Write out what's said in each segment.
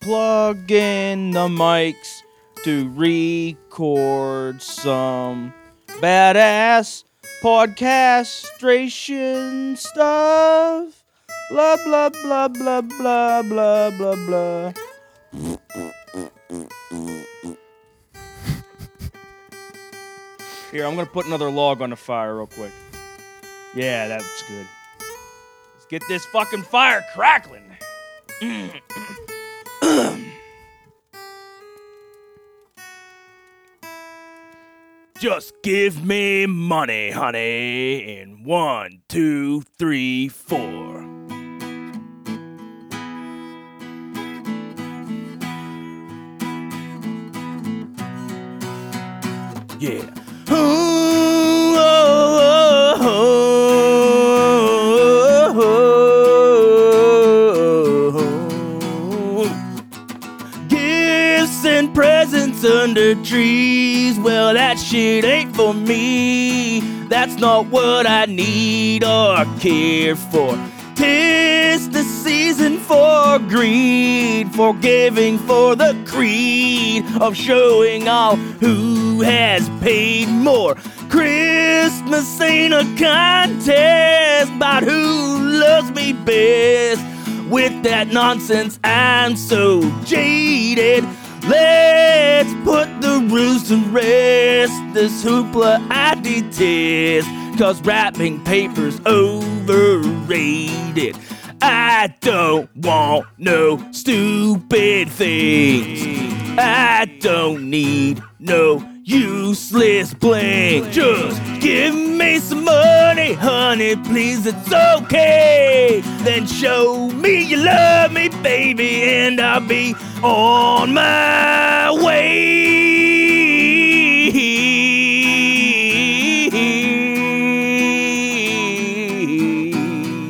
plug in the mics to record some badass podcastration stuff. Blah, blah, blah, blah, blah, blah, blah, blah. Here, I'm going to put another log on the fire real quick. Yeah, that's good. Let's get this fucking fire crackling. Just give me money, honey, in one, two, three, four. Yeah. Ooh, oh, oh, oh, oh, oh. Gifts and presents under trees. Well, that shit ain't for me. That's not what I need or care for. Tis the season for greed, for giving for the creed of showing all who has paid more. Christmas ain't a contest about who loves me best. With that nonsense, I'm so jaded. Let's put the rules to rest. This hoopla I detest. Cause wrapping paper's overrated. I don't want no stupid things. I don't need no useless bling. Just give me some money, honey, please, it's okay. Then show me you love me, baby, and I'll be on my way.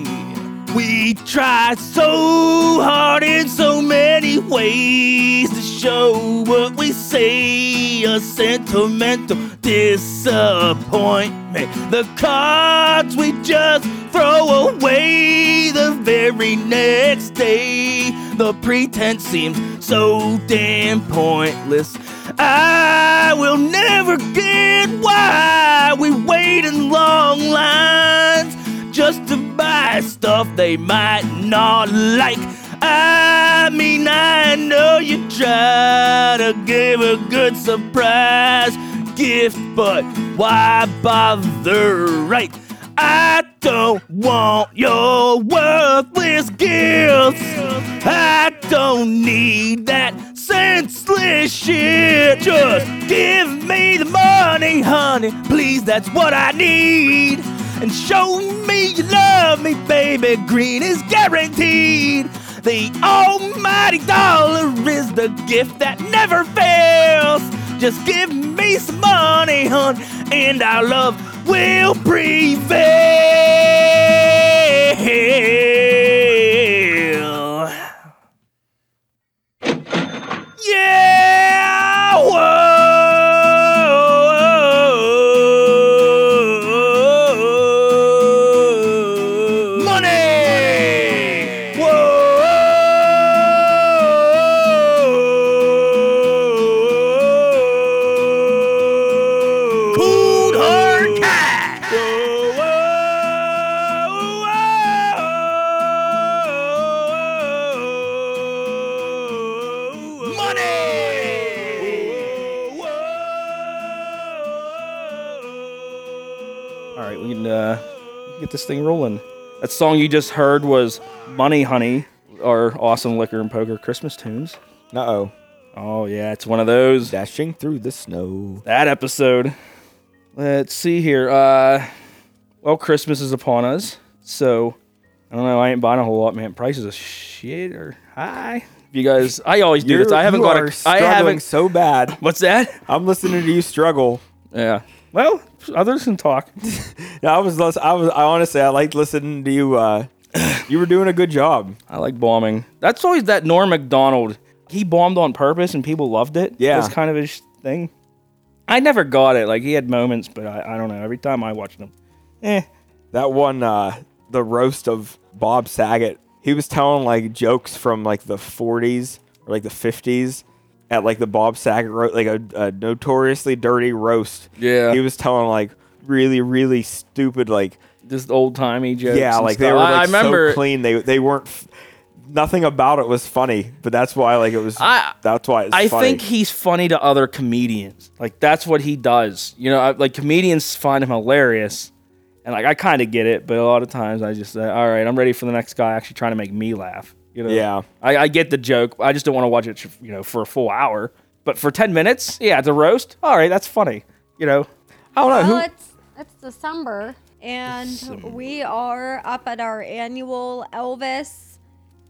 We try so hard in so many ways to show what we say a sentimental disappointment. The cards we just throw away the very next day. The pretense seems so damn pointless. I will never get why we wait in long lines just to buy stuff they might not like. I mean, I know you try to give a good surprise gift, but why bother, right? I don't want your worthless gifts. I don't need that senseless shit. Just give me the money, honey. Please, that's what I need. And show me you love me, baby. Green is guaranteed. The almighty dollar is the gift that never fails. Just give me some money, hun, and our love will prevail. Yeah! Whoa! Money! Whoa! Cool hard cash! Whoa, whoa, whoa, Money! All right, we can uh, get this thing rolling. That song you just heard was Money Honey, our awesome liquor and poker Christmas tunes. Uh oh. Oh, yeah, it's one of those. Dashing through the snow. that episode. Let's see here. Uh, well, Christmas is upon us, so I don't know. I ain't buying a whole lot, man. Prices are shit or high. If you guys, I always do this. I haven't you got are a. I struggling haven't. so bad. What's that? I'm listening to you struggle. Yeah. Well, others can talk. Yeah, I was less, I was I honestly I liked listening to you uh you were doing a good job. I like bombing. That's always that Norm Macdonald. He bombed on purpose and people loved it. Yeah. That's kind of his sh- thing. I never got it. Like, he had moments, but I, I don't know. Every time I watched him, eh. That one uh the roast of Bob Saget. He was telling like jokes from like the 40s or like the 50s at like the Bob Saget ro- like a, a notoriously dirty roast. Yeah. He was telling like really really stupid like Just old timey jokes. yeah and like they stuff. were I- I like remember so clean they they weren't f- nothing about it was funny but that's why like it was I- that's why it's I funny. think he's funny to other comedians. Like that's what he does. You know, I, like comedians find him hilarious, and like I kind of get it, but a lot of times I just say, "All right, I'm ready for the next guy actually trying to make me laugh." You know? Yeah. I, I get the joke. I just don't want to watch it, you know, for a full hour. But for ten minutes, yeah, it's a roast. All right, that's funny. You know, I don't know who Well, it's it's December, and we are up at our annual Elvis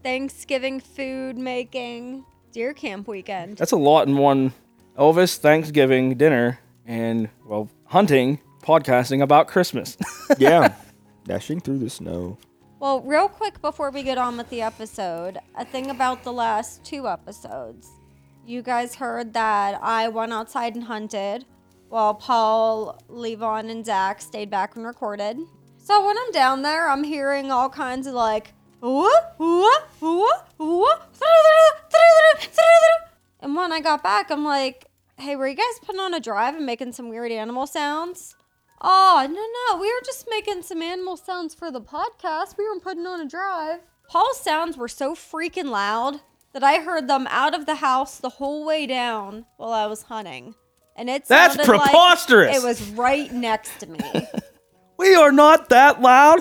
Thanksgiving food making deer camp weekend. that's a lot in one. Elvis Thanksgiving dinner and well hunting podcasting about Christmas. yeah dashing through the snow Well, real quick before we get on with the episode, a thing about the last two episodes. You guys heard that I went outside and hunted while Paul, Levon, and Zach stayed back and recorded. So when I'm down there, I'm hearing all kinds of like, "Ooh, ooh, ooh, ooh," and when I got back, I'm like, hey, were you guys putting on a drive and making some weird animal sounds? Oh, no, no. We were just making some animal sounds for the podcast. We weren't putting on a drive. Paul's sounds were so freaking loud that I heard them out of the house the whole way down while I was hunting. And it That's sounded like preposterous. it was right next to me. we are not that loud.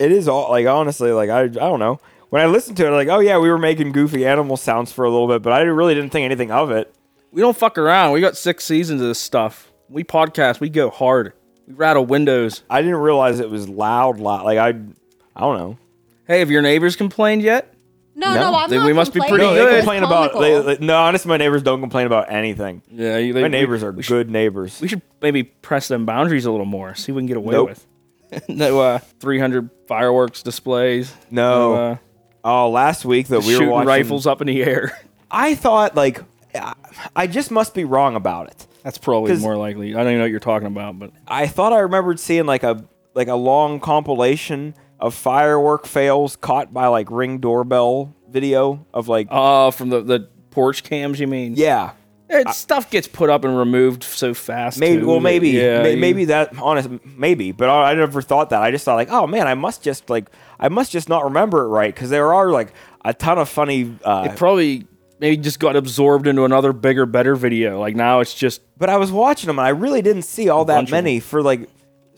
it is all like honestly like I I don't know when I listened to it like oh yeah we were making goofy animal sounds for a little bit but I really didn't think anything of it We don't fuck around. We got six seasons of this stuff. We podcast. We go hard. We rattle windows. I didn't realize it was loud loud like I I don't know Hey, have your neighbors complained yet? No, No, no, I'm then not we must be complaining. no, pretty It they was good. complain about they, comical. they- no honestly my neighbors don't complain about anything Yeah, you, my neighbors are good neighbors We should maybe press them boundaries a little more. See what we can get away Nope. with. no uh, 300 fireworks displays. No. uh, oh last week that we were shooting watching rifles up in the air. I thought like I- I just must be wrong about it That's probably 'Cause- more likely. I don't even know what you're talking about, but I thought I remembered seeing like a like a long compilation of firework fails caught by like ring doorbell video of like uh, from the, the porch cams, you mean? yeah It, stuff gets put up and removed so fast. maybe too, well that- maybe yeah, may- you- maybe that honest maybe but I, I never thought that I just thought like oh man I must just like I must just not remember it right because there are like a ton of funny uh, It probably maybe just got absorbed into another bigger, better video. Like now it's just but I was watching them and I really didn't see all bunch that of 'em. many for like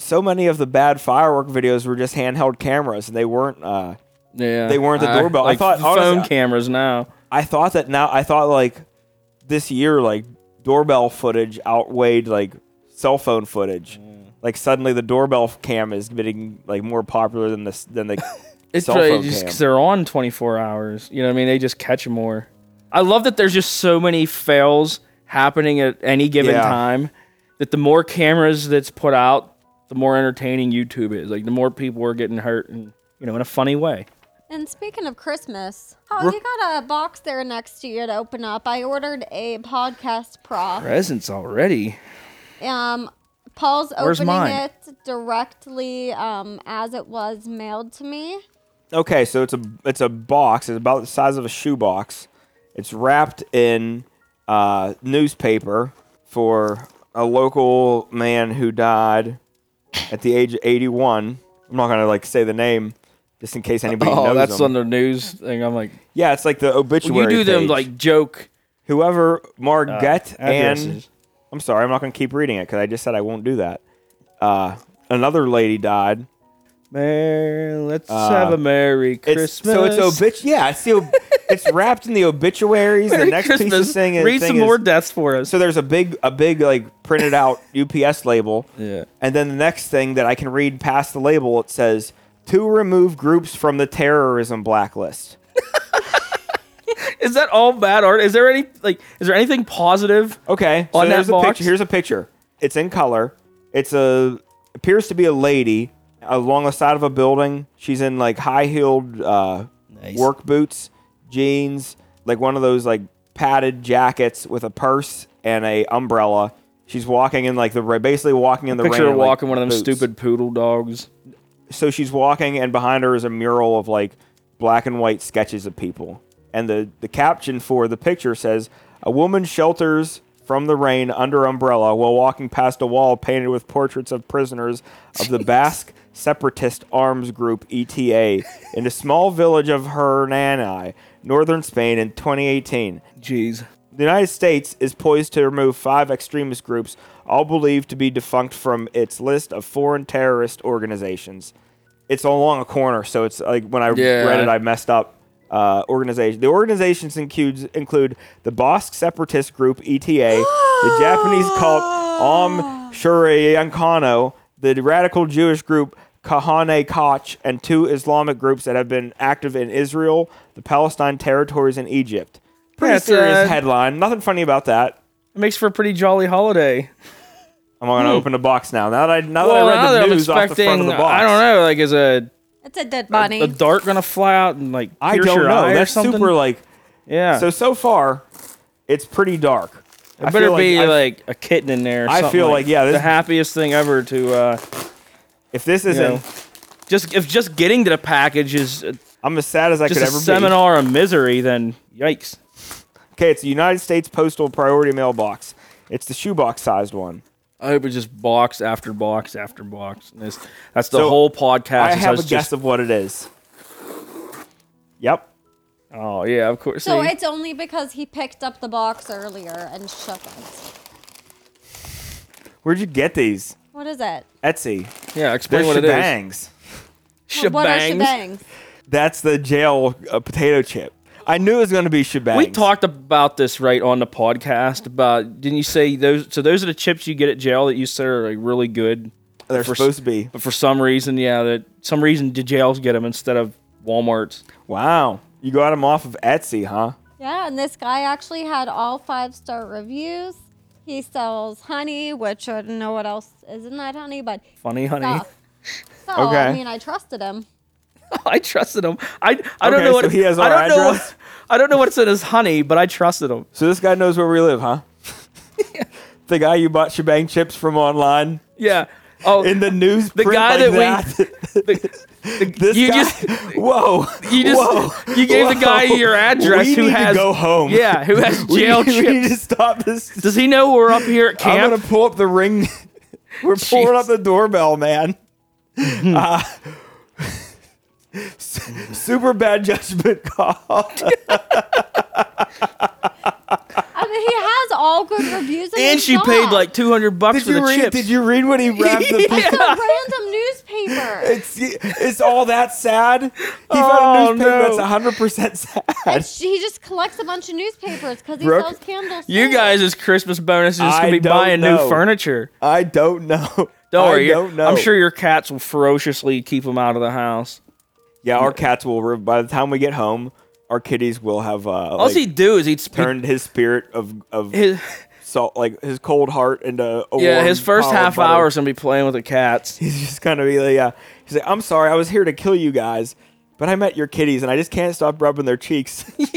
so many of the bad firework videos were just handheld cameras and they weren't uh yeah. They weren't the doorbell. I Like thought- phone honestly- cameras now. I thought that now I thought like this year like doorbell footage outweighed like cell phone footage. Mm. Like suddenly the doorbell cam is getting like more popular than this than the It's cell probably phone just cam. because they're on 24 hours. You know what I mean? They just catch 'em more. I love that there's just so many fails happening at any given Yeah. time that the more cameras that's put out, the more entertaining YouTube is. Like the more people are getting hurt and, you know, in a funny way. And speaking of Christmas, oh, you got a box there next to you to open up. I ordered a podcast prop. Presents already. Um, Paul's Where's opening mine? it directly um, as it was mailed to me. Okay, so it's a it's a box. It's about the size of a shoebox. It's wrapped in uh, newspaper for a local man who died at the age of 81. I'm not gonna like say the name just in case anybody Oh, knows that's him. on the news thing. I'm like, yeah, it's like the obituary. you do them page. like joke. whoever Margette and addresses. I'm sorry, I'm not going to keep reading it because I just said I won't do that. Uh, another lady died. Mer- let's have a Merry Christmas. Uh, It's, so it's obit. Yeah, it's the ob- it's wrapped in the obituaries. Merry the next piece of thing is Read thing some is- more deaths for us. So there's a big a big like printed out UPS label. Yeah. And then the next thing that I can read past the label, it says to remove groups from the terrorism blacklist. is that all bad art? Is there any like? Is there anything positive? Okay. On that there's a box? picture. Here's a picture. It's in color. It's a appears to be a lady along the side of a building. She's in like high heeled uh, Nice. work boots, jeans, like one of those like padded jackets with a purse and a umbrella. She's walking in like the ra- basically walking in the Picture rain. of like, walking one of them boots. stupid poodle dogs. So she's walking, and behind her is a mural of like black and white sketches of people. and the, the caption for the picture says a woman shelters from the rain under umbrella while walking past a wall painted with portraits of prisoners of the basque separatist arms group eta in a small village of hernani northern spain in 2018 Jeez. the United States is poised to remove five extremist groups, all believed to be defunct from its list of foreign terrorist organizations. It's along a corner, so it's like when I Yeah. read it, I messed up. Uh, organization. The organizations includes include the Basque separatist group ETA, the Japanese cult Om Shuryankano, the radical Jewish group Kahane Koch, and two Islamic groups that have been active in Israel, the Palestine territories, and Egypt. Pretty Yeah, it's, serious uh, headline. Nothing funny about that. It makes for a pretty jolly holiday. I'm gonna open the box now. Now that I now Hmm. Well, that I now read that the I'm news off the front of expecting, the box, I don't know, like is a It's a dead a bunny. dart gonna fly out and like I pierce don't your know. eye That's or something? super like. yeah. So so far, it's pretty dark. I It better feel be I- like, a kitten in there. Or I something feel like, yeah, this- the happiest thing ever to uh, if this you isn't, know, just if just getting to the package is uh, I'm as sad as I just could a ever seminar of misery, then yikes. be. Okay, it's the United States Postal Priority Mailbox. It's the shoebox sized one. I hope it's just box after box after box. And this, that's the So, whole podcast. I is have a us guess of what it is. Yep. Oh yeah, of course. So See? it's only because he picked up the box earlier and shook it. Where'd you get these? What is it? Etsy. yeah, They're explain what it is. shebangs. Well, What are Shebangs. shebangs? That's the jail uh, potato chip. I knew it was going to be shebangs. We talked about this right on the podcast about didn't you say those so those are the chips you get at jail that you said are like really good. They're for s- supposed to be. But for some reason, yeah, that some reason the jails get them instead of Walmart's. Wow. You got them off of Etsy, huh? Yeah, and this guy actually had all five star reviews. He sells honey, which I don't know what else is in that honey, but Funny, honey. stuff. So Okay. I mean, I trusted him. I trusted him. I I don't Okay, know what so he has I our don't know address? what, I don't know what's in his honey, but I trusted him. So this guy knows where we live, huh? The guy you bought shebang chips from online Yeah. Oh, in the news. the guy that, we the, the- This you guy, just whoa! you just whoa, you gave the whoa. guy your address We who need has to go home. Yeah, who has we, jail need, we need chips. to stop this. Does he know we're up here at I'm camp? gonna pull up the ring. We're pulling Jeez. Mm-hmm. up the doorbell, man. Uh, su- super bad judgment call. I mean, he has all good reviews. and his she paid shop. like 200 bucks Did for the you read? chips. Did you read what he wrapped the? It's a random newspaper. It's it's all that sad. He Oh, found a newspaper no. that's hundred percent sad. It's, he just collects a bunch of newspapers because he Brooke, sells candles. You too. guys as Christmas bonuses is I gonna be don't buying know. new furniture. I don't know. Don't I worry. your- don't know. I'm sure your cats will ferociously keep them out of the house. Yeah, our cats will. re- By the time we get home, our kitties will have uh, All like, he'd do is he'd turn turned his spirit of of his salt, like his cold heart into a yeah warm his first pile of half butter. hour is gonna be playing with the cats. He's just gonna be like, yeah. He's like, I'm sorry, I was here to kill you guys, but I met your kitties and I just can't stop rubbing their cheeks.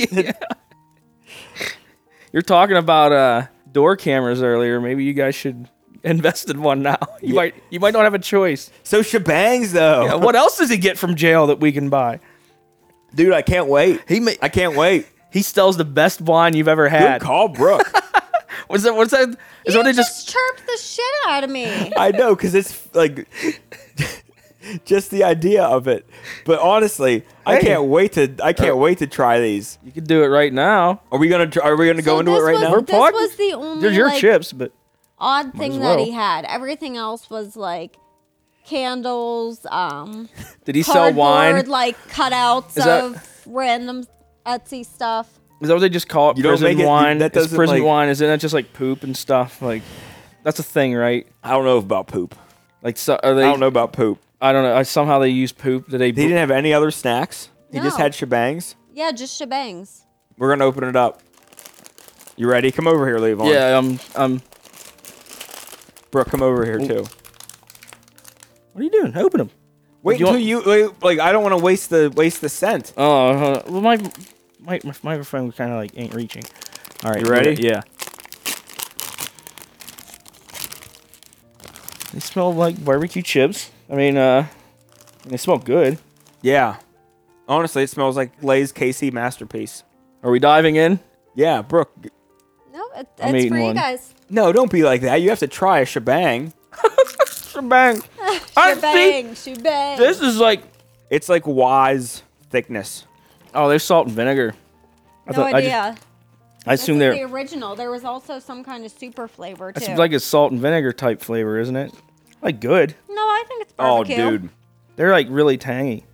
You're talking about uh, door cameras earlier. Maybe you guys should invest in one now. You might you might not have a choice. so shebangs though, Uh, what else does he get from jail that we can buy? dude, I can't wait. He ma- I can't wait. he sells the best wine you've ever Good had. call, Brooke. What's that? What's that? Is You what they just, just? chirped the shit out of me. I know, because it's like just the idea of it. But honestly, I Hey. can't wait to I can't wait to try these. You could do it right now. Are we gonna tr- Are we gonna go So into it this right was, now? We're This pod- was the only There's your like, chips, but odd as thing that well. he had. Everything else was like candles, um, did he sell cardboard, wine? like cutouts Is that- of random Etsy stuff. Is that what they just call it? You don't prison make it- wine. that It's doesn't, prison like- wine. Isn't that just like poop and stuff? Like, that's a thing, right? I don't know about poop. Like, so, are I they? don't know about poop. I don't know. I, somehow they use poop. Did they? He didn't have any other snacks. He just No. had shebangs. Yeah, just shebangs. We're gonna open it up. You ready? Come over here, Levon. yeah. Um. Um. Brooke, come over here too. What are you doing? Open them. Wait you until want- you wait, like. I don't want to waste the waste the scent. Oh. uh, well, my my my microphone kind of like ain't reaching. All right. You ready? Yeah. They smell like barbecue chips. I mean, uh, they smell good. Yeah. Honestly, it smells like Lay's KC masterpiece. Are we diving in? Yeah, Brooke. g- No, it, I'm it's eating for you one. guys. No, don't be like that. You have to try a shebang. Shebang. I think Shebang, shebang. this is like. It's like wise thickness. Oh, there's salt and vinegar. I no thought- I, idea. just- I This assume is they're. the original. There was also some kind of super flavor It's too. like a salt and vinegar type flavor, isn't it? Like good. no, I think it's Oh, barbecue. dude. They're like really tangy.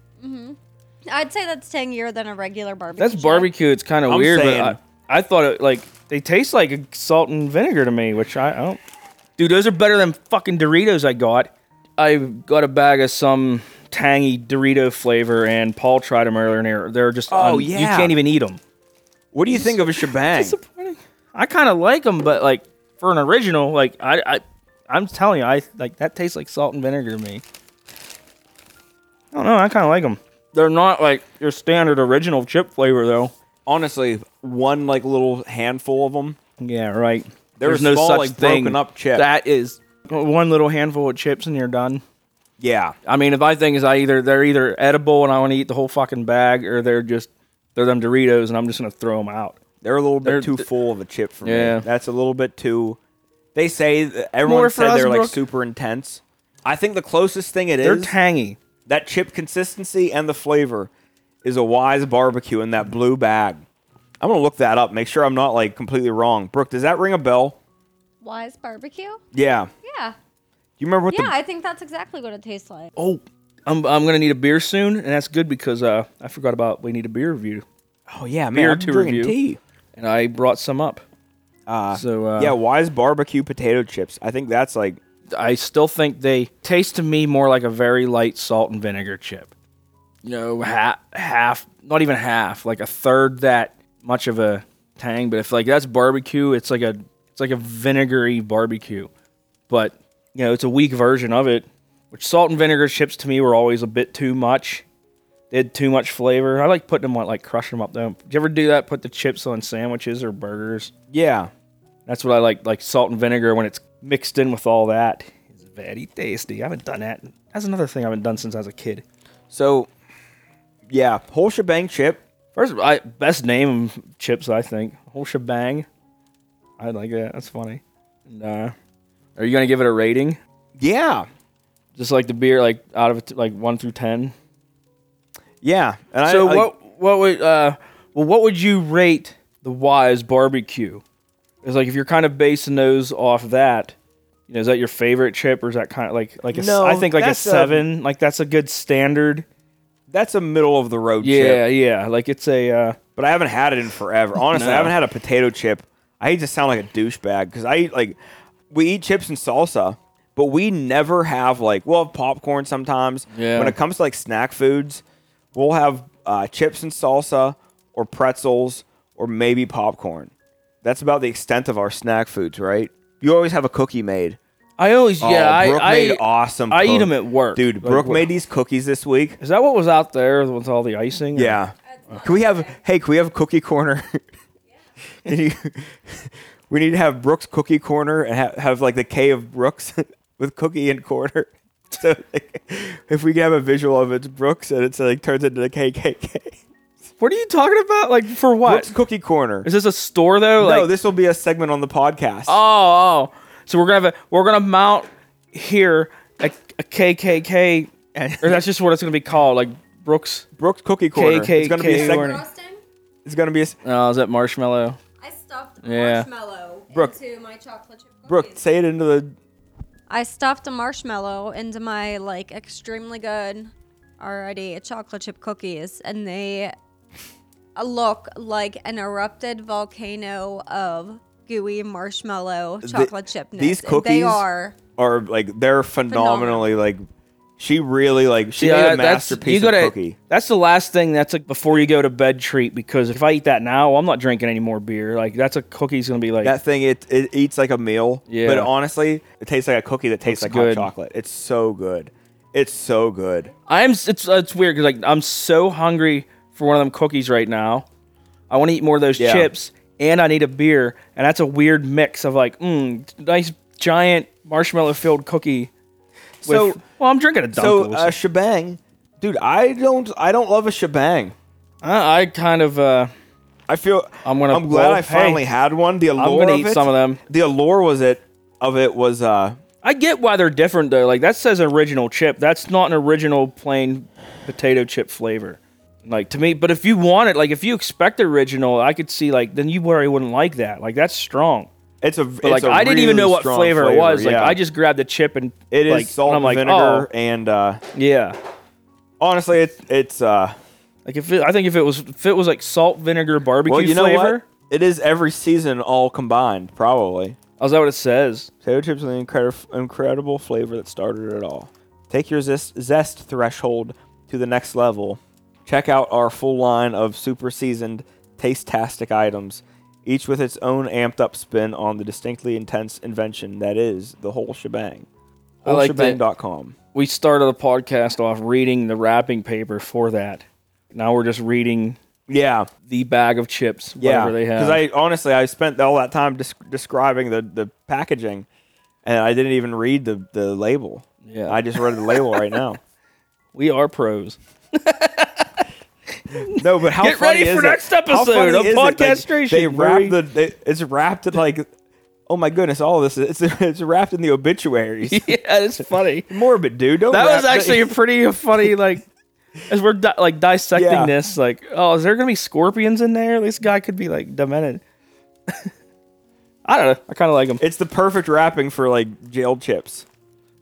I'd say that's tangier than a regular barbecue. That's chip. barbecue. It's kind of I'm weird, saying- but I, I thought it like they taste like a salt and vinegar to me, which I, I don't. Dude, those are better than fucking Doritos I got. I got a bag of some tangy Dorito flavor, and Paul tried them earlier, and they're, they're just Oh, un- you yeah. can't even eat them. What do you think of a shebang? Disappointing. I kind of like them, but like for an original, like I, I, I'm telling you, I like that tastes like salt and vinegar to me. I don't know. I kind of like them. They're not like your standard original chip flavor though. Honestly, one like little handful of them. Yeah, right. They're There's no small, such like, thing. broken up chip. That is one little handful of chips and you're done. Yeah. I mean, if I think is I either they're either edible and I want to eat the whole fucking bag, or they're just they're them Doritos and I'm just gonna throw them out. They're a little bit They're- too full of a chip for Yeah. me. That's a little bit too. They say that everyone More for said us, they're Brooke. like super intense. I think the closest thing it They're is tangy. that chip consistency and the flavor is a wise barbecue in that blue bag. I'm gonna look that up, make sure I'm not like completely wrong. Brooke, does that ring a bell? Wise barbecue. Yeah. Yeah. You remember what Yeah, the I think that's exactly what it tastes like. Oh, I'm I'm gonna need a beer soon, and that's good because uh I forgot about we need a beer review, Oh yeah, man, beer I'm to drinking review. tea. and I brought some up. Uh, So, uh, yeah, wise barbecue potato chips. I think that's like I still think they taste to me more like a very light salt and vinegar chip. You know, half, half, not even half, like a third that much of a tang. But if like that's barbecue, it's like a it's like a vinegary barbecue. But you know, it's a weak version of it. Which salt and vinegar chips to me were always a bit too much. They had too much flavor. I like putting them on, like crushing them up though. Did you ever do that? Put the chips on sandwiches or burgers. yeah. That's what I like, like salt and vinegar when it's mixed in with all that. It's very tasty. I haven't done that. That's another thing I haven't done since I was a kid. So yeah, whole shebang chip. First, I best name of chips I think whole shebang. I like that. That's funny. Nah. Are you gonna give it a rating? Yeah. Just like the beer, like out of a t- like one through ten. Yeah. And so I, like, what what would uh well what would you rate the Wise barbecue? It's like if you're kind of basing those off that, you know, is that your favorite chip or is that kind of like like a s- No, I think like a that's a- seven, like that's a good standard. that's a middle of the road chip. Yeah, yeah, like it's a uh, but I haven't had it in forever. Honestly, No. I haven't had a potato chip. I hate to sound like a douchebag because I eat like we eat chips and salsa, but we never have like we'll have popcorn sometimes. Yeah. When it comes to like snack foods, we'll have uh, chips and salsa or pretzels or maybe popcorn. That's about the extent of our snack foods, right? You always have a cookie made. I always yeah, oh, I Brooke I made awesome. I eat cook- them at work. dude. Like, Brooke what- made these cookies this week. Is that what was out there with all the icing? Yeah. Can we have hey, can we have a cookie corner? Can you, we need to have Brooks cookie corner and have, have like the K of Brooks with cookie and corner. So like, if we can have a visual of it, it's Brooks and it's like turns into the KKK. What are you talking about? Like for what? Brooks cookie corner. Is this a store though? no, like, this will be a segment on the podcast. Oh, oh. So we're gonna have a, we're gonna mount here a, a KKK, or that's just what it's gonna be called, like Brooks. Brooks cookie corner. it's gonna be a KKK segment. corner. Frosting? It's gonna be a, s- Oh, is that marshmallow? I stuffed a Yeah. marshmallow Brooke. into my chocolate chip cookies. Brooke. Say it into the. I stuffed a marshmallow into my like extremely good already chocolate chip cookies, and they uh, look like an erupted volcano of gooey marshmallow chocolate chip. these they cookies- are. Or like they're phenomenally like. She really like she made a masterpiece you gotta, of cookie. That's the last thing that's a before you go to bed treat because if I eat that now, I'm not drinking any more beer. Like that's a cookie's gonna be like That thing it it eats like a meal. Yeah. But honestly, it tastes like a cookie that tastes Looks like good. hot chocolate. It's so good. It's so good. I'm s- it's it's weird because like I'm so hungry for one of them cookies right now. I want to eat more of those Yeah. chips, and I need a beer, and that's a weird mix of like, mm, nice giant marshmallow filled cookie. With, So- well, I'm drinking a So Dunkel. uh, shebang, dude. I don't I don't love a shebang. I, I kind of uh, I feel I'm gonna I'm glad blow- I finally hey, had one. The allure gonna of eat it- some of them. The allure was it of it was uh I get why they're different though. Like that says original chip. That's not an original plain potato chip flavor. Like to me, but if you want it, like if you expect original, I could see like then you worry wouldn't like that. Like that's strong. it's a But like I I didn't even know what flavor, it was. Like I just grabbed the chip and it is like, salt and I'm and like, vinegar Oh, and uh yeah. honestly it's it's uh Like if it, I think if it was if it was like salt vinegar barbecue well you know flavor, what it is every season all combined probably. oh, is that what it says? Potato chips are the incredible, incredible flavor that started it all. Take your zest, zest threshold to the next level. Check out our full line of super seasoned, taste-tastic items, each with its own amped-up spin on the distinctly intense invention that is the whole shebang. I like Wholeshebang.com. We started the podcast off reading the wrapping paper for that. Now we're just reading Yeah, the bag of chips, yeah. whatever they have. Because I honestly, I spent all that time desc- describing the, the packaging, and I didn't even read the, the label. Yeah. I just read the label right now. we are pros. No, but how Get funny ready is for it? next How episode funny of is it? Like, Podcastration, They Murray. wrapped the. They, it's wrapped in like. Oh my goodness! All this it's it's wrapped in the obituaries. yeah, it's funny. Morbid, dude. Don't That wrap was the- actually a pretty funny like. As we're di- like dissecting Yeah. this, like, oh, is there gonna be scorpions in there? This guy could be like demented. I don't know. I kind of like him. It's the perfect wrapping for like jail chips.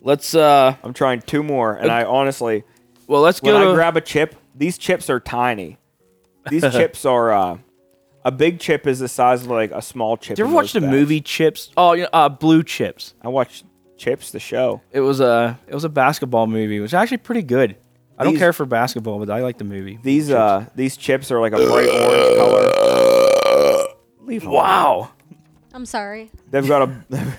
Let's uh, I'm trying two more, and I honestly, well, let's when go. I to- grab a chip, these chips are tiny. These chips are. uh a big chip is the size of like a small chip. Did you in ever watch those the bags. movie Chips? Oh, yeah, uh, Blue Chips. I watched Chips, the show. It was a it was a basketball movie. It was actually pretty good. I don't These- care for basketball, but I like the movie. These uh these chips are like a bright orange color. Leave home. Wow. I'm sorry. They've got a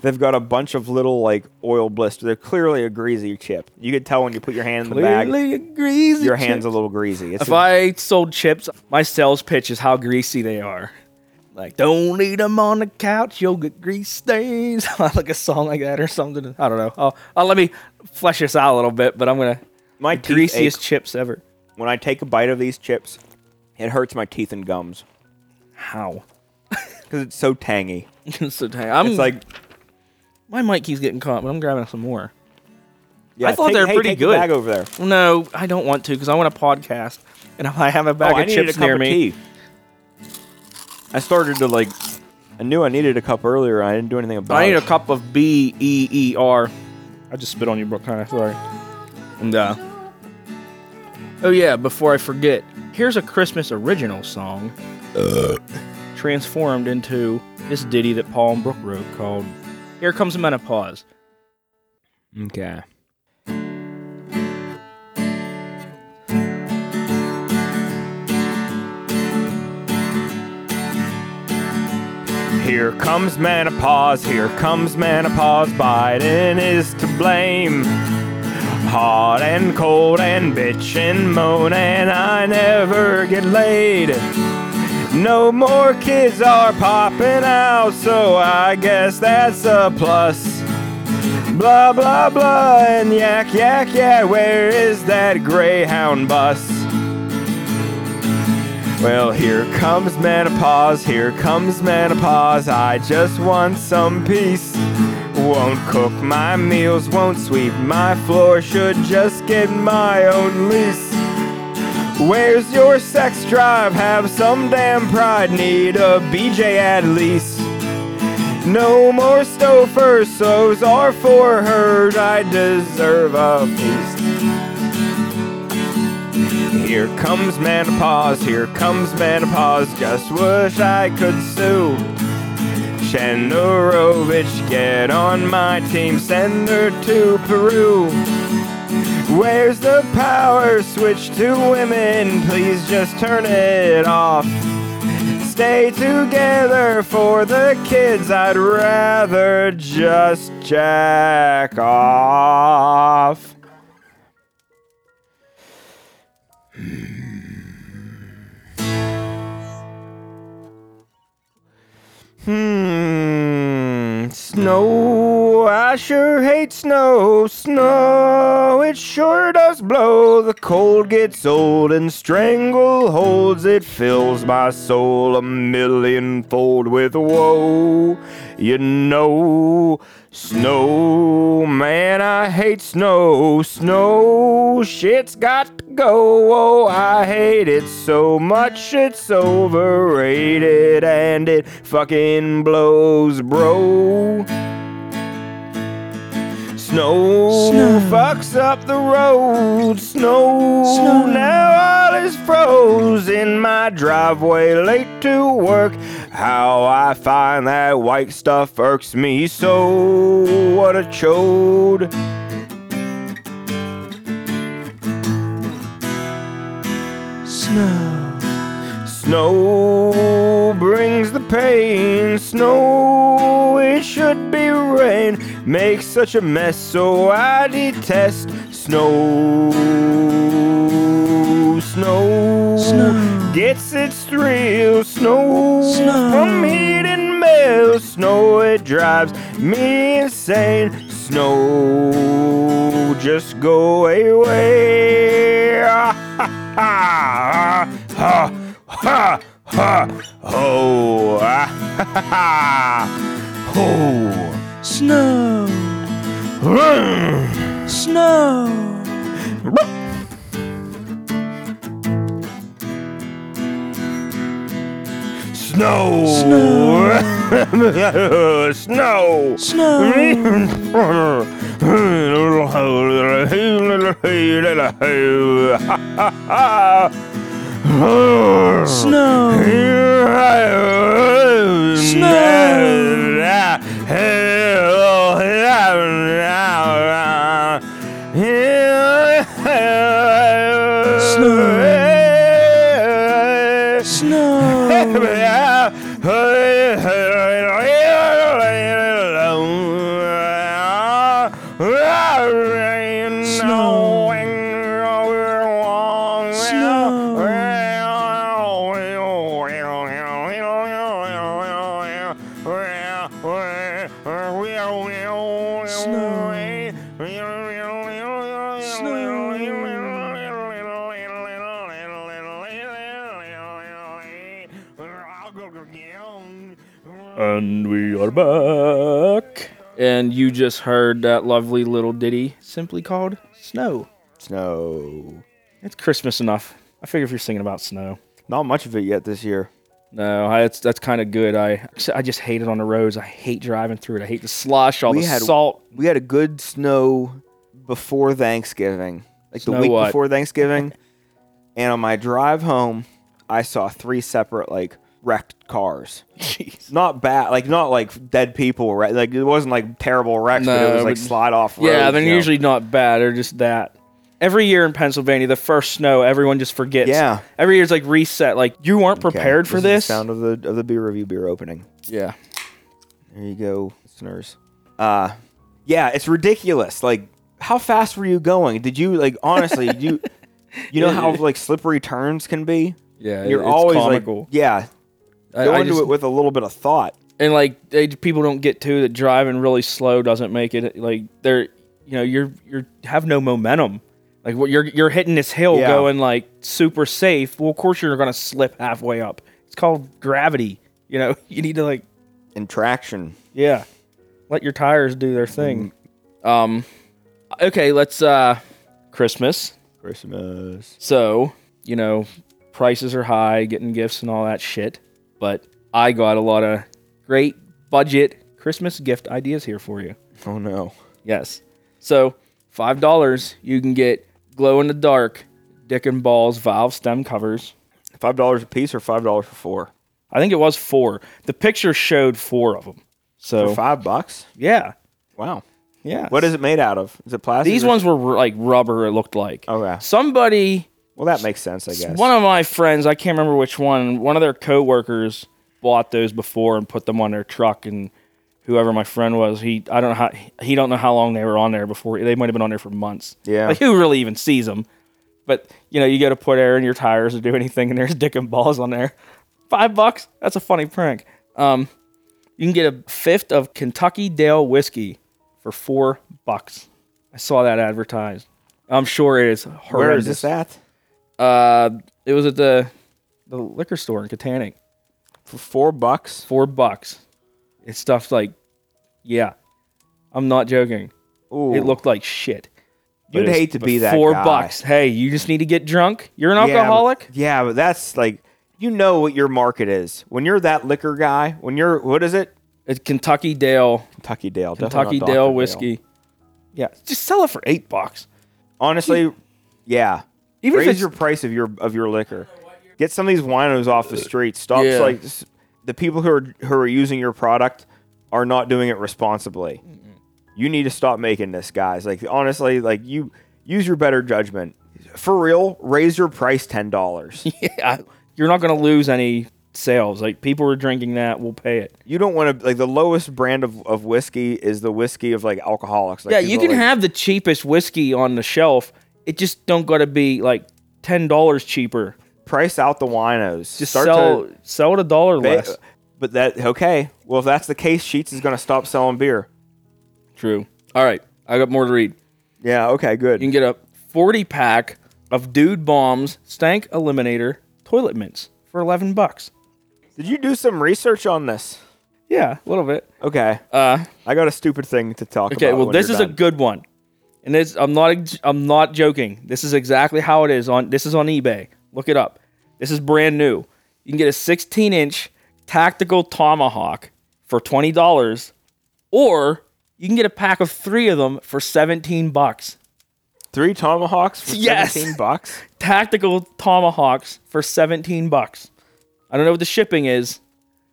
they've got a bunch of little like oil blisters. They're clearly a greasy chip. You could tell when you put your hand in the bag. Clearly greasy. Your hand's a chips. little greasy. It's If a- I sold chips, my sales pitch is how greasy they are. Like, don't eat them on the couch, you'll get grease stains. like a song like that or something. I don't know. I'll, I'll let me flesh this out a little bit, but I'm gonna my the teeth ache. greasiest chips ever. when I take a bite of these chips, it hurts my teeth and gums How? because it's so tangy. so dang- I'm It's like my mic keeps getting caught, but I'm grabbing some more. yeah, I thought take- they were hey, pretty take the good. bag over there. No, I don't want to because I want a podcast, and if I have a bag oh, I of needed a chips cup near of me, tea. I started to like. I knew I needed a cup earlier. and I didn't do anything about I need it. a cup of B E E R. I just spit on you, Brooke. Kind of sorry. And uh, oh yeah, before I forget, here's a Christmas original song, transformed into this ditty that Paul and Brooke wrote called "Here Comes Menopause." Okay. Here comes menopause, here comes menopause, Biden is to blame. Hot and cold and bitch and moan, and I never get laid. No more kids are popping out, so I guess that's a plus. Blah blah blah and yak yak yeah. Where is that Greyhound bus? Well, here comes menopause. Here comes menopause. I just want some peace. Won't cook my meals. Won't sweep my floor. Should just get my own lease. Where's your sex drive? Have some damn pride. Need a BJ at least. No more stofers, those are for her. I deserve a feast. Here comes menopause, here comes menopause. Just wish I could sue. Shenderovich, get on my team, send her to Peru. Where's the power switch to women? Please just turn it off. Stay together for the kids. I'd rather just jack off. Hmm. Snow Oh, I sure hate snow, snow. It sure does blow. The cold gets old and strangleholds. It fills my soul a millionfold with woe. You know, snow, man, I hate snow, snow. Shit's got to go. Oh, I hate it so much. It's overrated and it fucking blows, bro. Snow, fucks up the road. Snow, now all is froze in my driveway. Late to work. How I find that white stuff irks me so. What a chode. Snow brings the pain. Snow, it should be rain. Makes such a mess, so I detest snow. Snow, gets its thrill. Snow, from heat and mail. Snow, it drives me insane. Snow, just go away. Ha ha ha ha ha oh ah, ha ha ha oh snow snow Snow. Snow. Snow. Snow. Snow. Snow. And we are back. And you just heard that lovely little ditty simply called Snow. Snow. It's Christmas enough. I figure if you're singing about snow. Not much of it yet this year. No, I, it's, that's kind of good. I I just hate it on the roads. I hate driving through it. I hate the slush, all We the had- salt. We had a good snow before Thanksgiving, like the Snow week what? before Thanksgiving. and on my drive home, I saw three separate like wrecked cars. Jeez. Not bad, like not like dead people. Right? Like it wasn't like terrible wrecks, but it No, was like but- slide off. Yeah, roads, they're you know? usually not bad. They're just that. Every year in Pennsylvania, the first snow, everyone just forgets. Yeah. Every year's like reset. Like you weren't Okay, prepared for is the this. sound of the of the beer review beer opening. yeah. There you go, listeners. Uh yeah, it's ridiculous. Like, how fast were you going? Did you like honestly? you you know how like slippery turns can be. Yeah. You're Uh, it's always comical. like, yeah. I- Go I into just- it with a little bit of thought. and like they, people don't get to that driving really slow doesn't make it like they're you know you're you're have no momentum like what you're you're hitting this hill Yeah. going like super safe well of course you're gonna slip halfway up it's called gravity you know you need to like and traction. yeah let your tires do their thing um okay let's uh christmas Christmas. so, you know, prices are high, getting gifts and all that shit. But I got a lot of great budget Christmas gift ideas here for you. Oh no. Yes. So, $5, you can get glow in the dark Dick and Balls valve stem covers. Five dollars a piece or five dollars for four? I think it was four. The picture showed four of them. So, For five bucks? yeah. Wow. Yeah. What is it made out of? Is it plastic? These or- ones were r- like rubber, it looked like. Okay. Somebody Well, that makes sense, I guess. One of my friends, I can't remember which one, one of their coworkers bought those before and put them on their truck and whoever my friend was, he I don't know how he don't know how long they were on there before. They might have been on there for months. Yeah. Like who really even sees them? But you know, you go to put air in your tires or do anything and there's dick and balls on there. 5 bucks? That's a funny prank. Um you can get a fifth of Kentucky Dale whiskey. for four bucks. I saw that advertised. I'm sure it is horrendous. Where is this at? Uh, it was at the the liquor store in Catanic. For four bucks. Four bucks. It's stuff like, yeah, I'm not joking. Ooh, It looked like shit. But You'd it's- hate to but be that Four guy. bucks. Hey, you just need to get drunk. You're an Yeah, but- alcoholic. Yeah, but that's like you know what your market is. When you're that liquor guy, when you're what is it? It's Kentucky Dale, Kentucky Dale. definitely not Kentucky Dr. Dale whiskey. Yeah, just sell it for eight bucks. Honestly, yeah. Even if Raise it's- your price of your of your liquor. Get some of these winos off the street. Stop Yeah. like s- the people who are who are using your product are not doing it responsibly. You need to stop making this, guys. Like honestly, like you use your better judgment. For real, raise your price ten dollars. Yeah, you're not gonna lose any sales. Like people are drinking that, we'll pay it. you don't want to like the lowest brand of, of whiskey is the whiskey of like alcoholics. Like, Yeah, you people can like- have the cheapest whiskey on the shelf. It just don't gotta be like ten dollars cheaper. price out the winos. Just Start sell to sell it a dollar ba- less. but that okay. Well, if that's the case, Sheets is going to stop selling beer. True. All right, I got more to read. Yeah. Okay. Good. You can get a 40 pack of Dude Bombs Stank Eliminator toilet mints for 11 bucks. Did you do some research on this? Yeah, a little bit. Okay. Uh, I got a stupid thing to talk about. okay, well when this you're is a done. good one. And it's I'm not I'm not joking. This is exactly how it is on this is on eBay. Look it up. This is brand new. You can get a 16-inch tactical tomahawk for $20 or you can get a pack of 3 of them for 17 bucks. three tomahawks for Yes. seventeen bucks. Tactical tomahawks for 17 bucks. I don't know what the shipping is.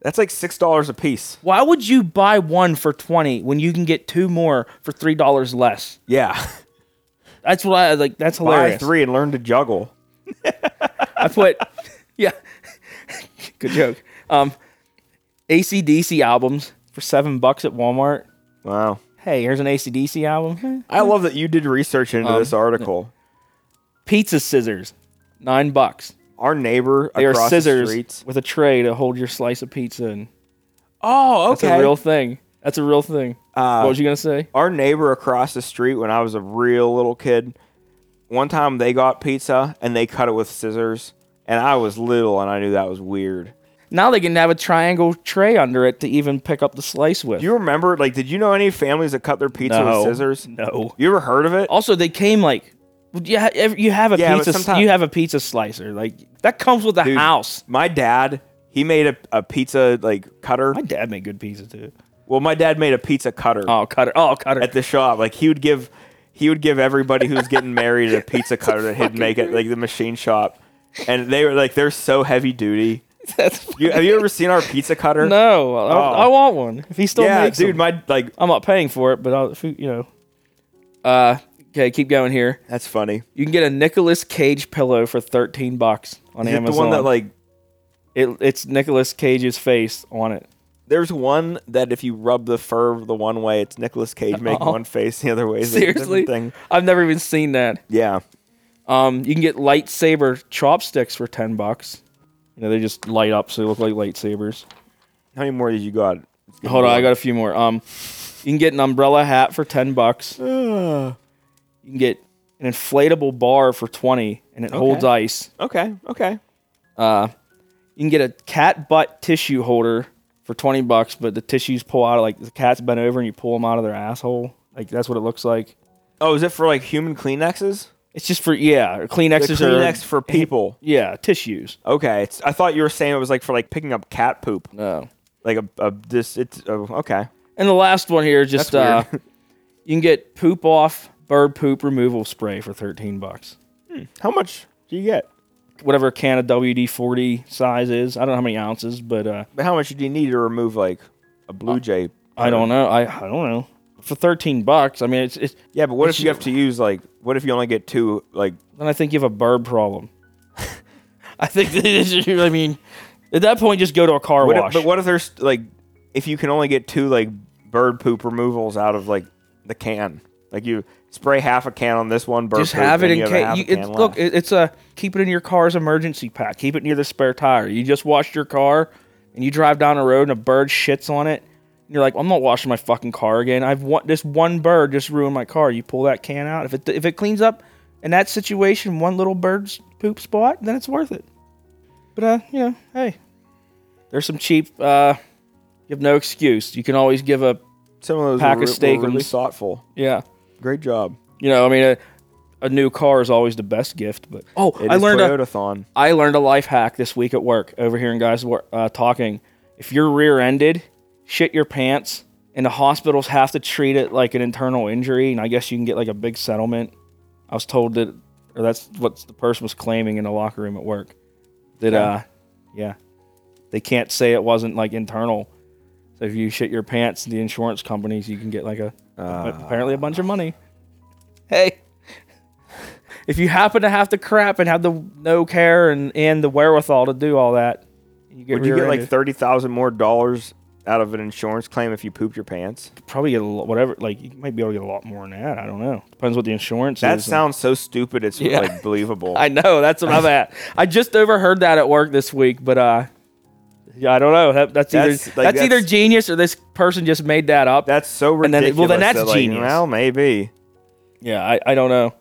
That's like six dollars a piece. Why would you buy one for 20 when you can get two more for $3 less? Yeah. That's what I like. That's Buy hilarious. three and learn to juggle. I put, yeah, good joke. Um, ACDC albums for seven bucks at Walmart. Wow. Hey, here's an ACDC album. I love that you did research Um, into this article. Pizza scissors, nine bucks. Our neighbor They are across the scissors streets. with a tray to hold your slice of pizza in. Oh, That's a real thing. That's a real thing. Uh, what was you gonna say? our neighbor across the street when I was a real little kid, one time they got pizza and they cut it with scissors. And I was little and I knew that was weird. Now they can have a triangle tray under it to even pick up the slice with. Do you remember, like, did you know any families that cut their pizza No. with scissors? No. You ever heard of it? Also, they came like yeah, ev- you have a Yeah, but pizza. sometimes- you have a pizza slicer like that comes with the Dude, house. My dad, he made a, a pizza, like, cutter. My dad made good pizza too. Well, my dad made a pizza cutter Oh, cutter. Oh, cutter. at the shop. Like, he would give. He would give everybody who's getting married a pizza cutter and he'd make it like the machine shop. And they were like, they're so heavy duty. That's You, have you ever seen our pizza cutter? no. I, I want one. If he still yeah, makes dude, them. my like I'm not paying for it, but I'll, if you, you know. Uh, okay, keep going here. that's funny. You can get a Nicolas Cage pillow for 13 bucks on Is it the one Amazon. that like it, it's Nicolas Cage's face on it. there's one that if you rub the fur the one way, it's Nicolas Cage making Uh-oh. one face, the other way is a Oh. Seriously, different thing. I've never even seen that. Yeah. Um, you can get lightsaber chopsticks for ten bucks. You know, they just light up, so they look like lightsabers. How many more did you got? It's getting Hold on, I warm. got a few more. Um, you can get an umbrella hat for ten bucks. you can get an inflatable bar for twenty, and it holds ice. Uh, Okay, okay. You can get a cat butt tissue holder for twenty bucks, but the tissues pull out of like the cat's bent over, and you pull them out of their asshole. Like that's what it looks like. Oh, is it for like human Kleenexes? It's just for yeah, or The Kleenexes are Kleenex for people. yeah tissues. Okay, it's, I thought you were saying it was like for like picking up cat poop, No. like a, a this. It's oh, okay. And the last one here is just uh, That's you can get poop off bird poop removal spray for 13 bucks. How much do you get? Whatever can of WD 40 size is. I don't know how many ounces, but uh, But how much do you need to remove like a blue jay? I don't know. I, I don't know. For 13 bucks, I mean, it's, it's Yeah, but what It's if you have to use like? What if you only get two? Like, then I think you have a bird problem. I think, that is- I mean, at that point, just go to a car what if- wash. but what if there's like, if you can only get two like bird poop removals out of like the can, like you spray half a can on this one bird. just poop, have it then in you a half case. a You, it's, can look, left. it, it's a keep it in your car's emergency pack. Keep it near the spare tire. You just washed your car, and you drive down a road, and a bird shits on it. And you're like, I'm not washing my fucking car again. I've want this one bird just ruined my car. You pull that can out. If it if it cleans up in that situation, one little bird's poop spot, then it's worth it. But uh, you know, hey, there's some cheap. Uh, you have no excuse. You can always give a Some of those Pack of were, were really steakums. thoughtful. yeah. Great job. You know, I mean, a, a new car is always the best gift. But oh, It I is learned a, Toyotathon. I learned a life hack this week at work over here in guys Wor- uh, talking. If you're rear-ended, shit your pants, and the hospitals have to treat it like an internal injury, and I guess you can get like a big settlement. I was told that, or that's what the person was claiming in the locker room at work. That uh, yeah, they can't say it wasn't like internal. So if you shit your pants, the insurance companies you can get like a apparently a bunch of money. Hey if you happen to have to crap and have the no care and, and the wherewithal to do all that, you get, Would you get like rear-ended. thirty thousand more dollars out of an insurance claim if you pooped your pants? probably get a lot, whatever. Like you might be able to get a lot more than that. I don't know. Depends what the insurance That is. sounds so stupid. It's Yeah. like believable. I know that's what I'm at. I just overheard that at work this week, but uh, yeah, I don't know. That, that's either That's, that's, like, either that's- genius or this person just made that up. that's so And ridiculous. then- well, then that's that, like, genius. Well, maybe. yeah, I, I don't know.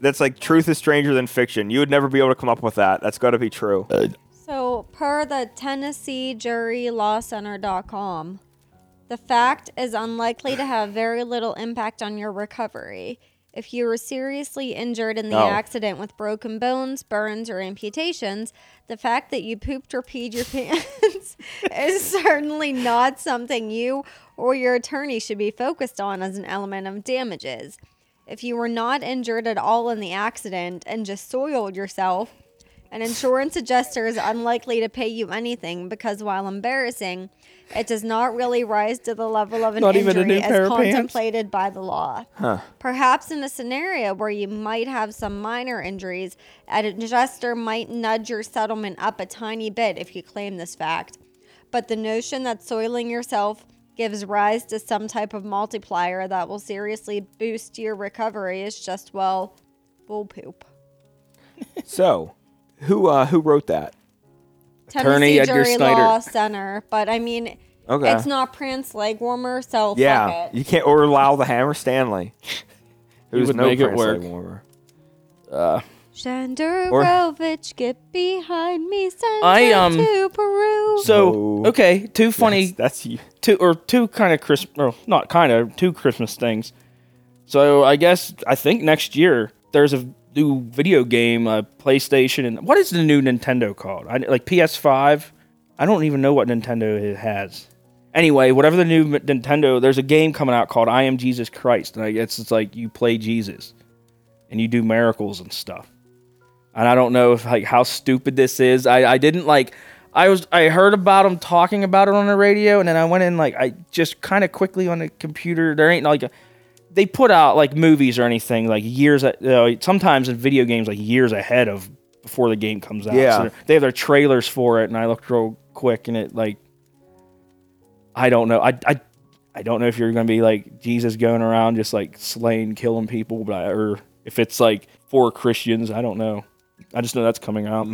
That's like truth is stranger than fiction. You would never be able to come up with that. That's got to be true. Uh, So, per the Tennessee Jury Law Center.com, the fact is unlikely to have very little impact on your recovery. If you were seriously injured in the Oh. accident with broken bones, burns, or amputations, the fact that you pooped or peed your pants is certainly not something you or your attorney should be focused on as an element of damages. If you were not injured at all in the accident and just soiled yourself, an insurance adjuster is unlikely to pay you anything because while embarrassing, it does not really rise to the level of an Not even a new injury pair as of pants? contemplated by the law. Perhaps in a scenario where you might have some minor injuries, an adjuster might nudge your settlement up a tiny bit if you claim this fact. But the notion that soiling yourself gives rise to some type of multiplier that will seriously boost your recovery is just, well, bull poop. So, who uh, who wrote that? Attorney Tennessee Edgar Jury Snyder. Law Center, but I mean, Okay. it's not Prince leg warmer, so Yeah, fuck it. you can't or allow the Hammer Stanley, who's would no make it Prince work. Leg warmer. Shandarovich, get behind me, send I, her um, to Peru. So Oh. okay, two funny Yes, that's you. two or two kind of Christmas, or not kind of two Christmas things. So I guess I think next year there's a new video game, uh, PlayStation, and what is the new Nintendo called? I, like PS5. I don't even know what Nintendo it has. Anyway, whatever the new M- Nintendo, there's a game coming out called I Am Jesus Christ, and I guess it's like you play Jesus, and you do miracles and stuff and I don't know if like how stupid this is. I, I didn't like I was I heard about them talking about it on the radio, and then I went in like I just kind of quickly on the computer. There ain't like a, they put out like movies or anything like years a- you know, sometimes in video games like years ahead of before the game comes out. Yeah. they're- they have their trailers for it, and I looked real quick, and it like I don't know. I I. I don't know if you're going to be like Jesus going around just like slaying, killing people, but I, or if it's like for Christians, I don't know. I just know that's coming out.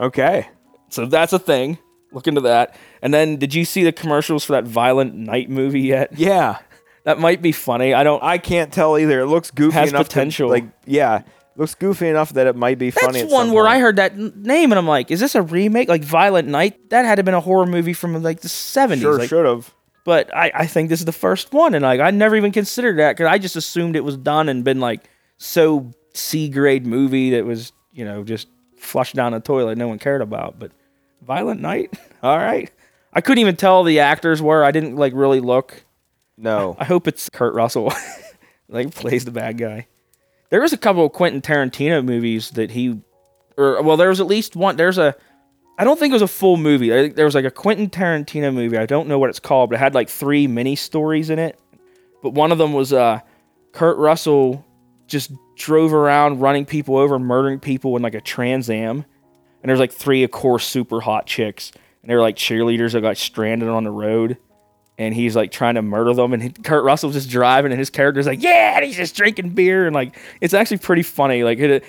Okay, so that's a thing. Look into that. And then, did you see the commercials for that Violent Night movie yet? yeah, That might be funny. I don't. I can't tell either. It looks goofy Has enough. to- potential. like yeah, looks goofy enough that it might be funny. that's at some one where point. I heard that n- name and I'm like, is this a remake? Like Violent Night? That had been a horror movie from like the 70s. sure like- should have. but I, I think this is the first one and like i never even considered that because i just assumed it was done and been like so c grade movie that was you know just flushed down the toilet no one cared about but violent night all right i couldn't even tell the actors were i didn't like really look No, i hope it's kurt russell like plays the bad guy there was a couple of quentin tarantino movies that he or well there was at least one there's a I don't think it was a full movie. I think there was like a Quentin Tarantino movie. I don't know what it's called, but it had like three mini stories in it. But one of them was uh, Kurt Russell just drove around running people over, murdering people in like a Trans Am. And there's like three, of course, super hot chicks. And they were like cheerleaders that got stranded on the road. And he's like trying to murder them. And he- Kurt Russell's just driving, and his character's like, yeah, and he's just drinking beer. And like, it's actually pretty funny. Like, it,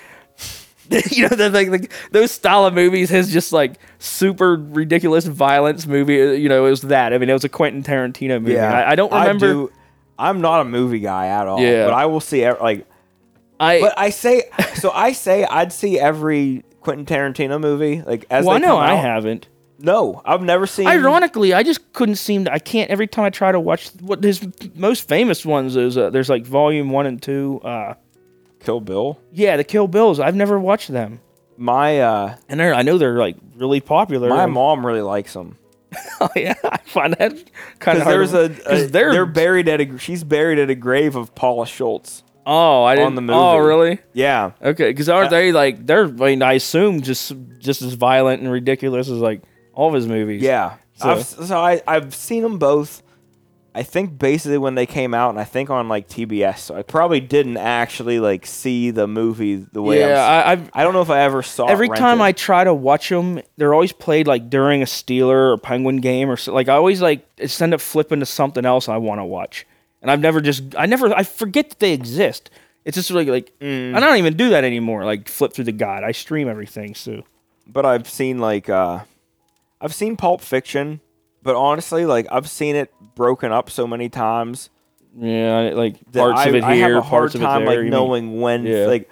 you know, the, like like, those style of movies, his just like super ridiculous violence movie. uh, You know, it was that. I mean, it was a Quentin Tarantino movie. Yeah, I, I don't remember. I, do- I'm not a movie guy at all. Yeah. but I will see ev- like. But I say so. I say I'd see every Quentin Tarantino movie like as well, they no, come I out. haven't. No, I've never seen. Ironically, I just couldn't seem to. I can't. Every time I try to watch what his most famous ones is, uh, there's like Volume One and Two. Uh, Kill Bill. yeah, the Kill Bills. I've never watched them, My uh, and they're, I know they're like really popular. my And- mom really likes them. Oh, yeah, I find that kind Because of hard. there's a, to- a 'cause they're, they're buried at a she's buried at a grave of Paula Schultz oh I didn't on the movie. Uh, oh really Yeah. okay because are they like they're I mean I assume just just as violent and ridiculous as like all of his movies Yeah. So- I've, so I, I've seen them both. I think basically when they came out, and I think on like TBS. So I probably didn't actually like see the movie the way. yeah I'm, I, I've I don't know if I ever saw. it every time I rented. try to watch them, they're always played like during a Steeler or Penguin game or so, like I always like just end up flipping to something else I want to watch, and I've never just I never I forget that they exist. It's just like like I don't even do that anymore. Like flip through the guide, I stream everything. So but I've seen like uh, I've seen Pulp Fiction, but honestly, like I've seen it broken up so many times yeah, I- like that parts I, of it I here, have a hard parts of it time there, you like mean- knowing when Yeah. like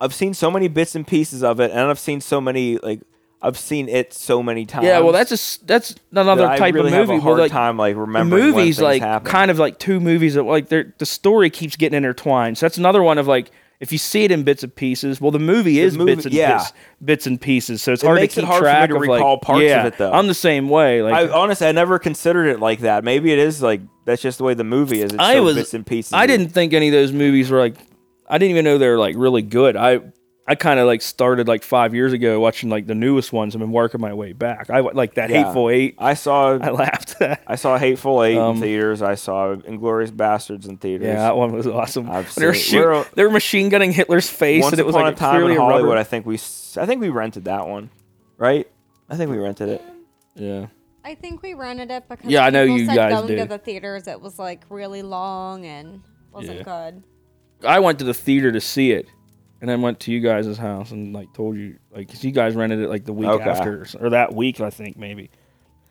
I've seen so many bits and pieces of it, and I've seen so many like I've seen it so many times. Yeah, well, that's a s that's that another I type really of have movie. a where, hard like, time like the remembering when movies things like happen. kind of like two movies that like they're, the story keeps getting intertwined. So that's another one of like if you see it in bits and pieces. Well, the movie is movie- bits and yeah. bits, bits and pieces. So it's It hard makes it to keep hard for me track to of recall like parts of yeah, it, though. I'm the same way. Like I honestly, I never considered it like that. Maybe it is like that's just the way the movie is. It's I so was- bits and pieces. I didn't think any of those movies were like I didn't even know they were like really good. I I kind of like started like five years ago watching like the newest ones and been working my way back. I like that Yeah. Hateful Eight. I, I saw. I, laughed. saw Hateful Eight in theaters. I saw Inglorious Bastards in theaters. Um, Yeah, that one was awesome. I've They were, seen it. shoot- We're- they were machine gunning Hitler's face, Once and it was upon like a time clearly in Hollywood, A I rubber. think we, s- I think we rented that one, right? I think we rented it. Yeah, I think we rented it because Yeah, I know people you said guys going to do. the theaters it was like really long and wasn't good. I went to the theater to see it, and then went to you guys' house and like told you like 'cause you guys rented it like the week Okay. after or s- or that week I think maybe,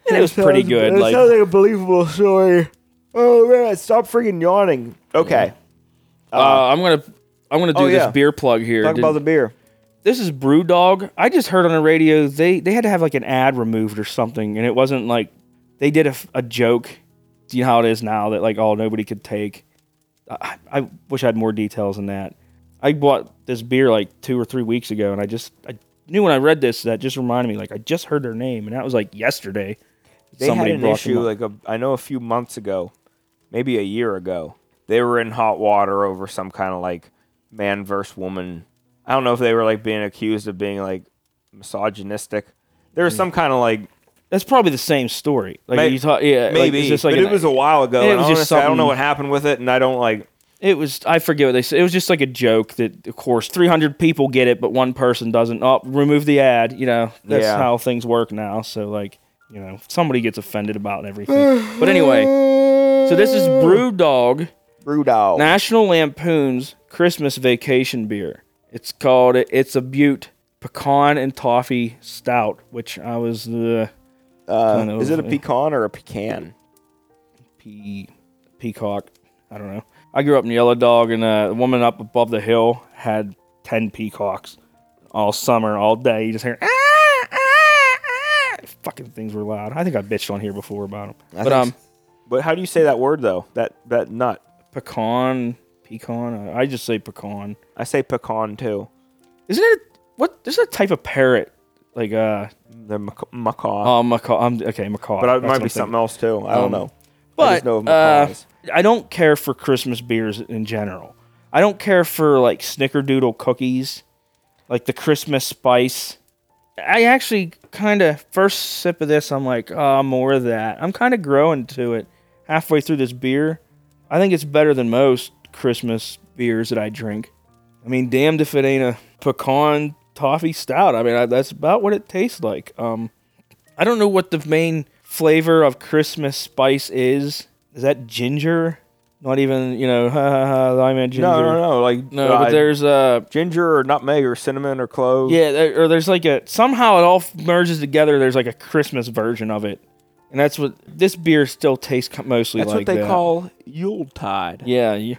and it was pretty good. Like a believable story. Oh man, stop freaking yawning. Okay, uh, I'm gonna I'm gonna do Oh, this yeah. beer plug here. talk Did- about the beer. this is BrewDog. I just heard on the radio they they had to have like an ad removed or something, and it wasn't like they did a, f- a joke. Do you know how it is now that like oh nobody could take. I, I wish I had more details than that. I bought this beer like two or three weeks ago, and I just I knew when I read this that just reminded me like I just heard their name, and that was like yesterday. they had an brought them issue up. like a, I know a few months ago, maybe a year ago. They were in hot water over some kind of like man versus woman. I don't know if they were like being accused of being like misogynistic. There Mm. was some kind of like that's probably the same story. Like May- you thought, yeah, like, maybe, it's just like but an- it was a while ago. and it And was just honestly, I don't know something- what happened with it, and I don't like. It was I forget what they said. It was just like a joke that of course 300 people get it but one person doesn't. Oh, remove the ad, you know. That's Yeah. how things work now. So like, you know, somebody gets offended about everything. but anyway, so this is Brew Dog Brewdog. National Lampoon's Christmas Vacation beer. It's called It's a Butte Pecan and Toffee Stout, which I was uh, the kind uh, of- is it a pecan or a pecan? pe- peacock. I don't know. I grew up in Yellow Dog, and uh, the woman up above the hill had ten peacocks all summer, all day. You just hear ah, ah, ah. fucking things were loud. I think I bitched on here before about them. but think um, But how do you say that word though? That that nut. pecan, pecan. uh, I I just say pecan. I say pecan too. Isn't it what? There's a type of parrot like uh The mac- macaw. oh macaw. I'm okay macaw. but that's it might what be I'm something thinking. else too. I don't Um, know. I But just know of uh, macaws. I don't care for Christmas beers in general. I don't care for like snickerdoodle cookies, like the Christmas spice. I actually kind of first sip of this, I'm like, oh, more of that. I'm kind of growing to it halfway through this beer. I think it's better than most Christmas beers that I drink. I mean, damned if it ain't a pecan toffee stout. I mean, I, that's about what it tastes like. Um, I don't know what the main flavor of Christmas spice is. Is that ginger? Not even you know, ha ha ha. I'm a ginger. No, no, no. Like No, uh, but there's uh, ginger or nutmeg or cinnamon or cloves. yeah, there, or there's like a somehow it all f- merges together. There's like a Christmas version of it, and that's what this beer still tastes co- mostly that's like what they that. call Yule Tide. Yeah, you,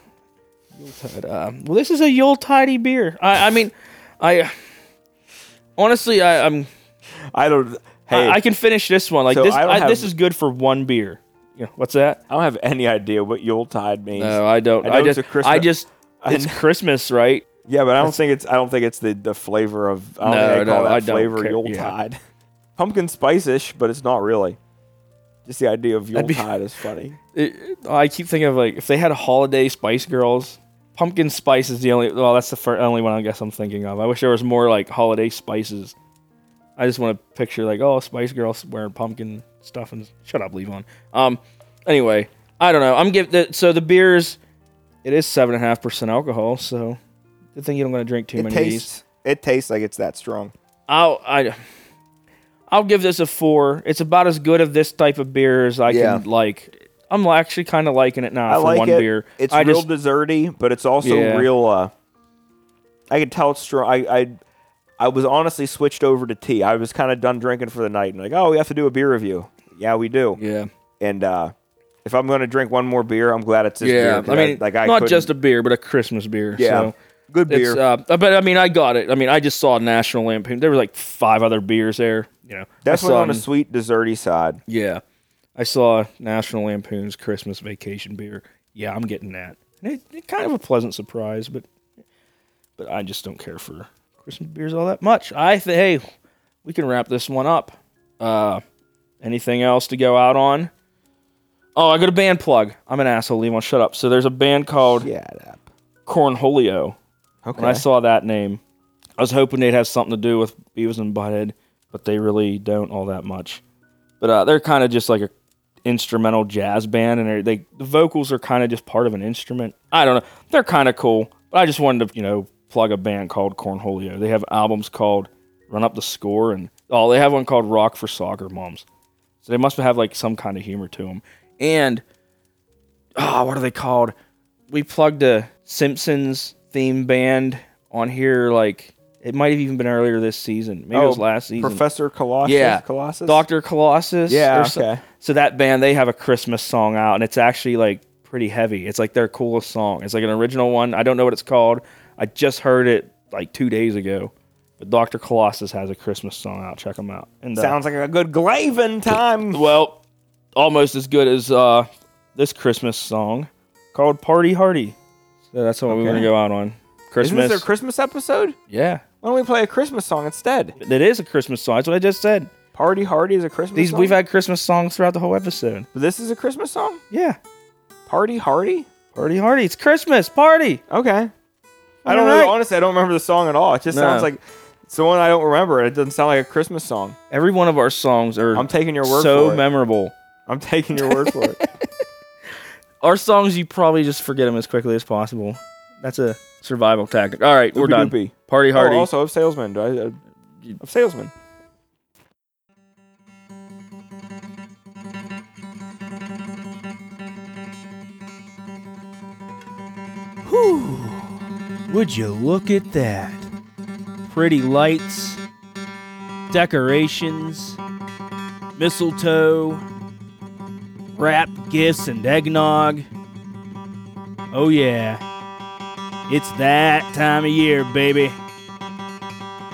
Yuletide. Uh, well, this is a Yuletide beer. I, I mean, I honestly, I, I'm, I don't. Hey, I, I, I can finish this one. Like So this, I don't I, have- this is good for one beer. Yeah, what's that? don't have any idea what Yule Tide means. No, I don't. I I, know it's just, a Christmas- I just, it's I know. Christmas, right? yeah, but I don't think it's. I don't think it's the the flavor of. I don't No, think they call no, that I don't flavor care- Yule yeah. Tide. Pumpkin spice ish, but it's not really. Just the idea of Yule be- Tide is funny. It- I keep thinking of like if they had a holiday Spice Girls. Pumpkin spice is the only. Well, that's the fir- only one I guess I'm thinking of. I wish there was more like holiday spices. I just want to picture like oh Spice Girls wearing pumpkin stuff and shut up, leave on. Um, anyway, I don't know. I'm give the, so the beers. It is seven and a half percent alcohol, so good thing you don't want to drink too It many of these. tastes. It tastes like it's that strong. I'll I, I'll give this a four. It's about as good of this type of beer as I Yeah. can like. I'm actually kind of liking it now I for like one it. beer. It's I real just desserty, but it's also Yeah. real. Uh, I could tell it's strong. I, I I was honestly switched over to tea. I was kind of done drinking for the night, and like, oh, we have to do a beer review. Yeah, we do. yeah And uh, if I'm going to drink one more beer, I'm glad it's this yeah. beer. 'cause I mean, like I not couldn't- just a beer, but a Christmas beer. yeah, So. good beer. It's, uh, but I mean, I got it. I mean, I just saw National Lamp. There were like five other beers there. You know, I Definitely saw on the n- sweet desserty side. Yeah. I saw National Lampoon's Christmas Vacation beer. Yeah, I'm getting that. And it, it kind of a pleasant surprise, but but I just don't care for Christmas beers all that much. I think hey, we can wrap this one up. Uh anything else to go out on? Oh, I got a band plug. I'm an asshole, Limo. Shut up. So there's a band called Yeah. that- Cornholio. Okay. When I saw that name, I was hoping they'd have something to do with Beavis and Butthead, but they really don't all that much. But uh, they're kind of just like a instrumental jazz band, and they're- they the vocals are kind of just part of an instrument. I don't know. They're kind of cool, but I just wanted to you know plug a band called Cornholio. They have albums called Run Up the Score, and oh, they have one called Rock for Soccer Moms. So they must have like some kind of humor to them. And oh, what are they called? We plugged a Simpsons theme band on here. Like it might have even been earlier this season. Maybe it was last season. Oh, Professor Colossus. yeah, Colossus. Doctor Colossus. Yeah, or so- okay. So that band they have a Christmas song out, and it's actually like pretty heavy. It's like their coolest song. It's like an original one. I don't know what it's called. I just heard it like two days ago. But Doctor Colossus has a Christmas song out. Check them out. And uh, sounds like a good glavin time. well, almost as good as uh, this Christmas song called "Party Hardy." So that's what we're Okay. gonna go out on Isn't Christmas. this their Christmas episode? yeah, Why don't we play a Christmas song instead? it is a Christmas song. That's what I just said. Party Hardy is a Christmas These song. we've had Christmas songs throughout the whole episode. This is a Christmas song? Yeah, Party Hardy? "Party Hardy." It's Christmas party. Okay. I don't All really, right. honestly, I don't remember the song at all. It just No. sounds like it's the one I don't remember. It doesn't sound like a Christmas song. Every one of our songs are I'm taking your word so for it. memorable. I'm taking your word for it. Our songs you probably just forget them as quickly as possible. That's a survival tactic. All right, we're done. Oopie-doopie. Party Hardy. Oh, also, of Salesman. Do I, uh, of Salesman. Whew. Would you look at that? Pretty lights, decorations, mistletoe, wrapped gifts, and eggnog. Oh, yeah. It's that time of year, baby.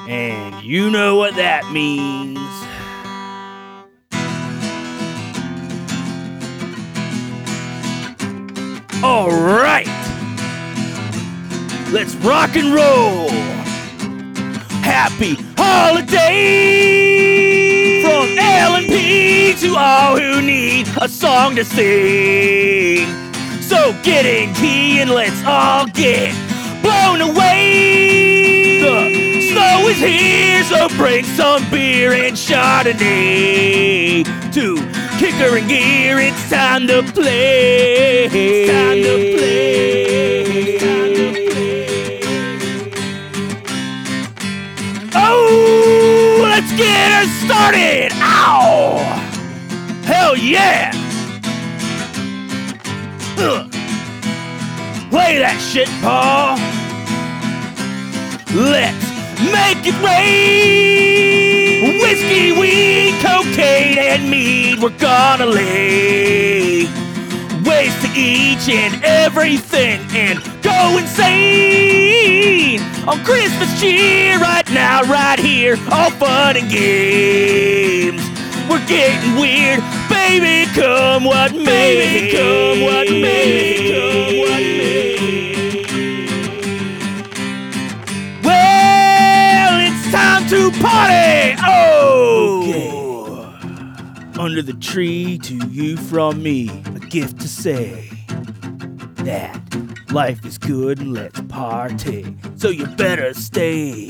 And you know what that means. All right. Let's rock and roll. Happy holidays from L and P to all who need a song to sing. So get in key and let's all get blown away. The snow is here, so bring some beer and Chardonnay to kicker and gear. It's time to play. It's time to play. It's time to play. Oh, let's get her started! Ow! Hell yeah! Ugh. Play that shit, Paul. Let's make it rain. Whiskey, weed, cocaine, and mead. We're gonna lay waste to each and everything and go insane on Christmas cheer right now, right here, all fun and games. We're getting weird, baby. Come what may, baby. Come what may, come what may. Well, it's time to party. Oh. Under the tree to you from me, a gift to say that life is good and let's party. So you better stay,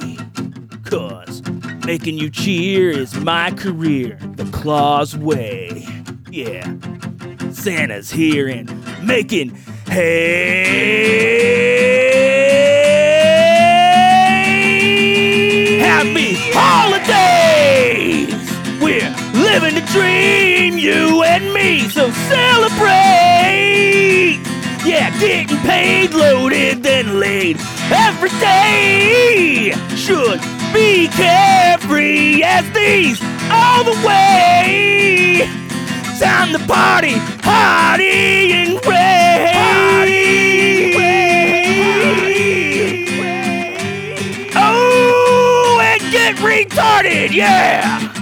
cause making you cheer is my career, the claw's way. Yeah, Santa's here and making hay. Happy holidays! We're living the dream, you and me, so celebrate! Yeah, getting paid, loaded, then laid. Every day should be carefree as these all the way. Time to party, party and rave. Oh, and get retarded, yeah.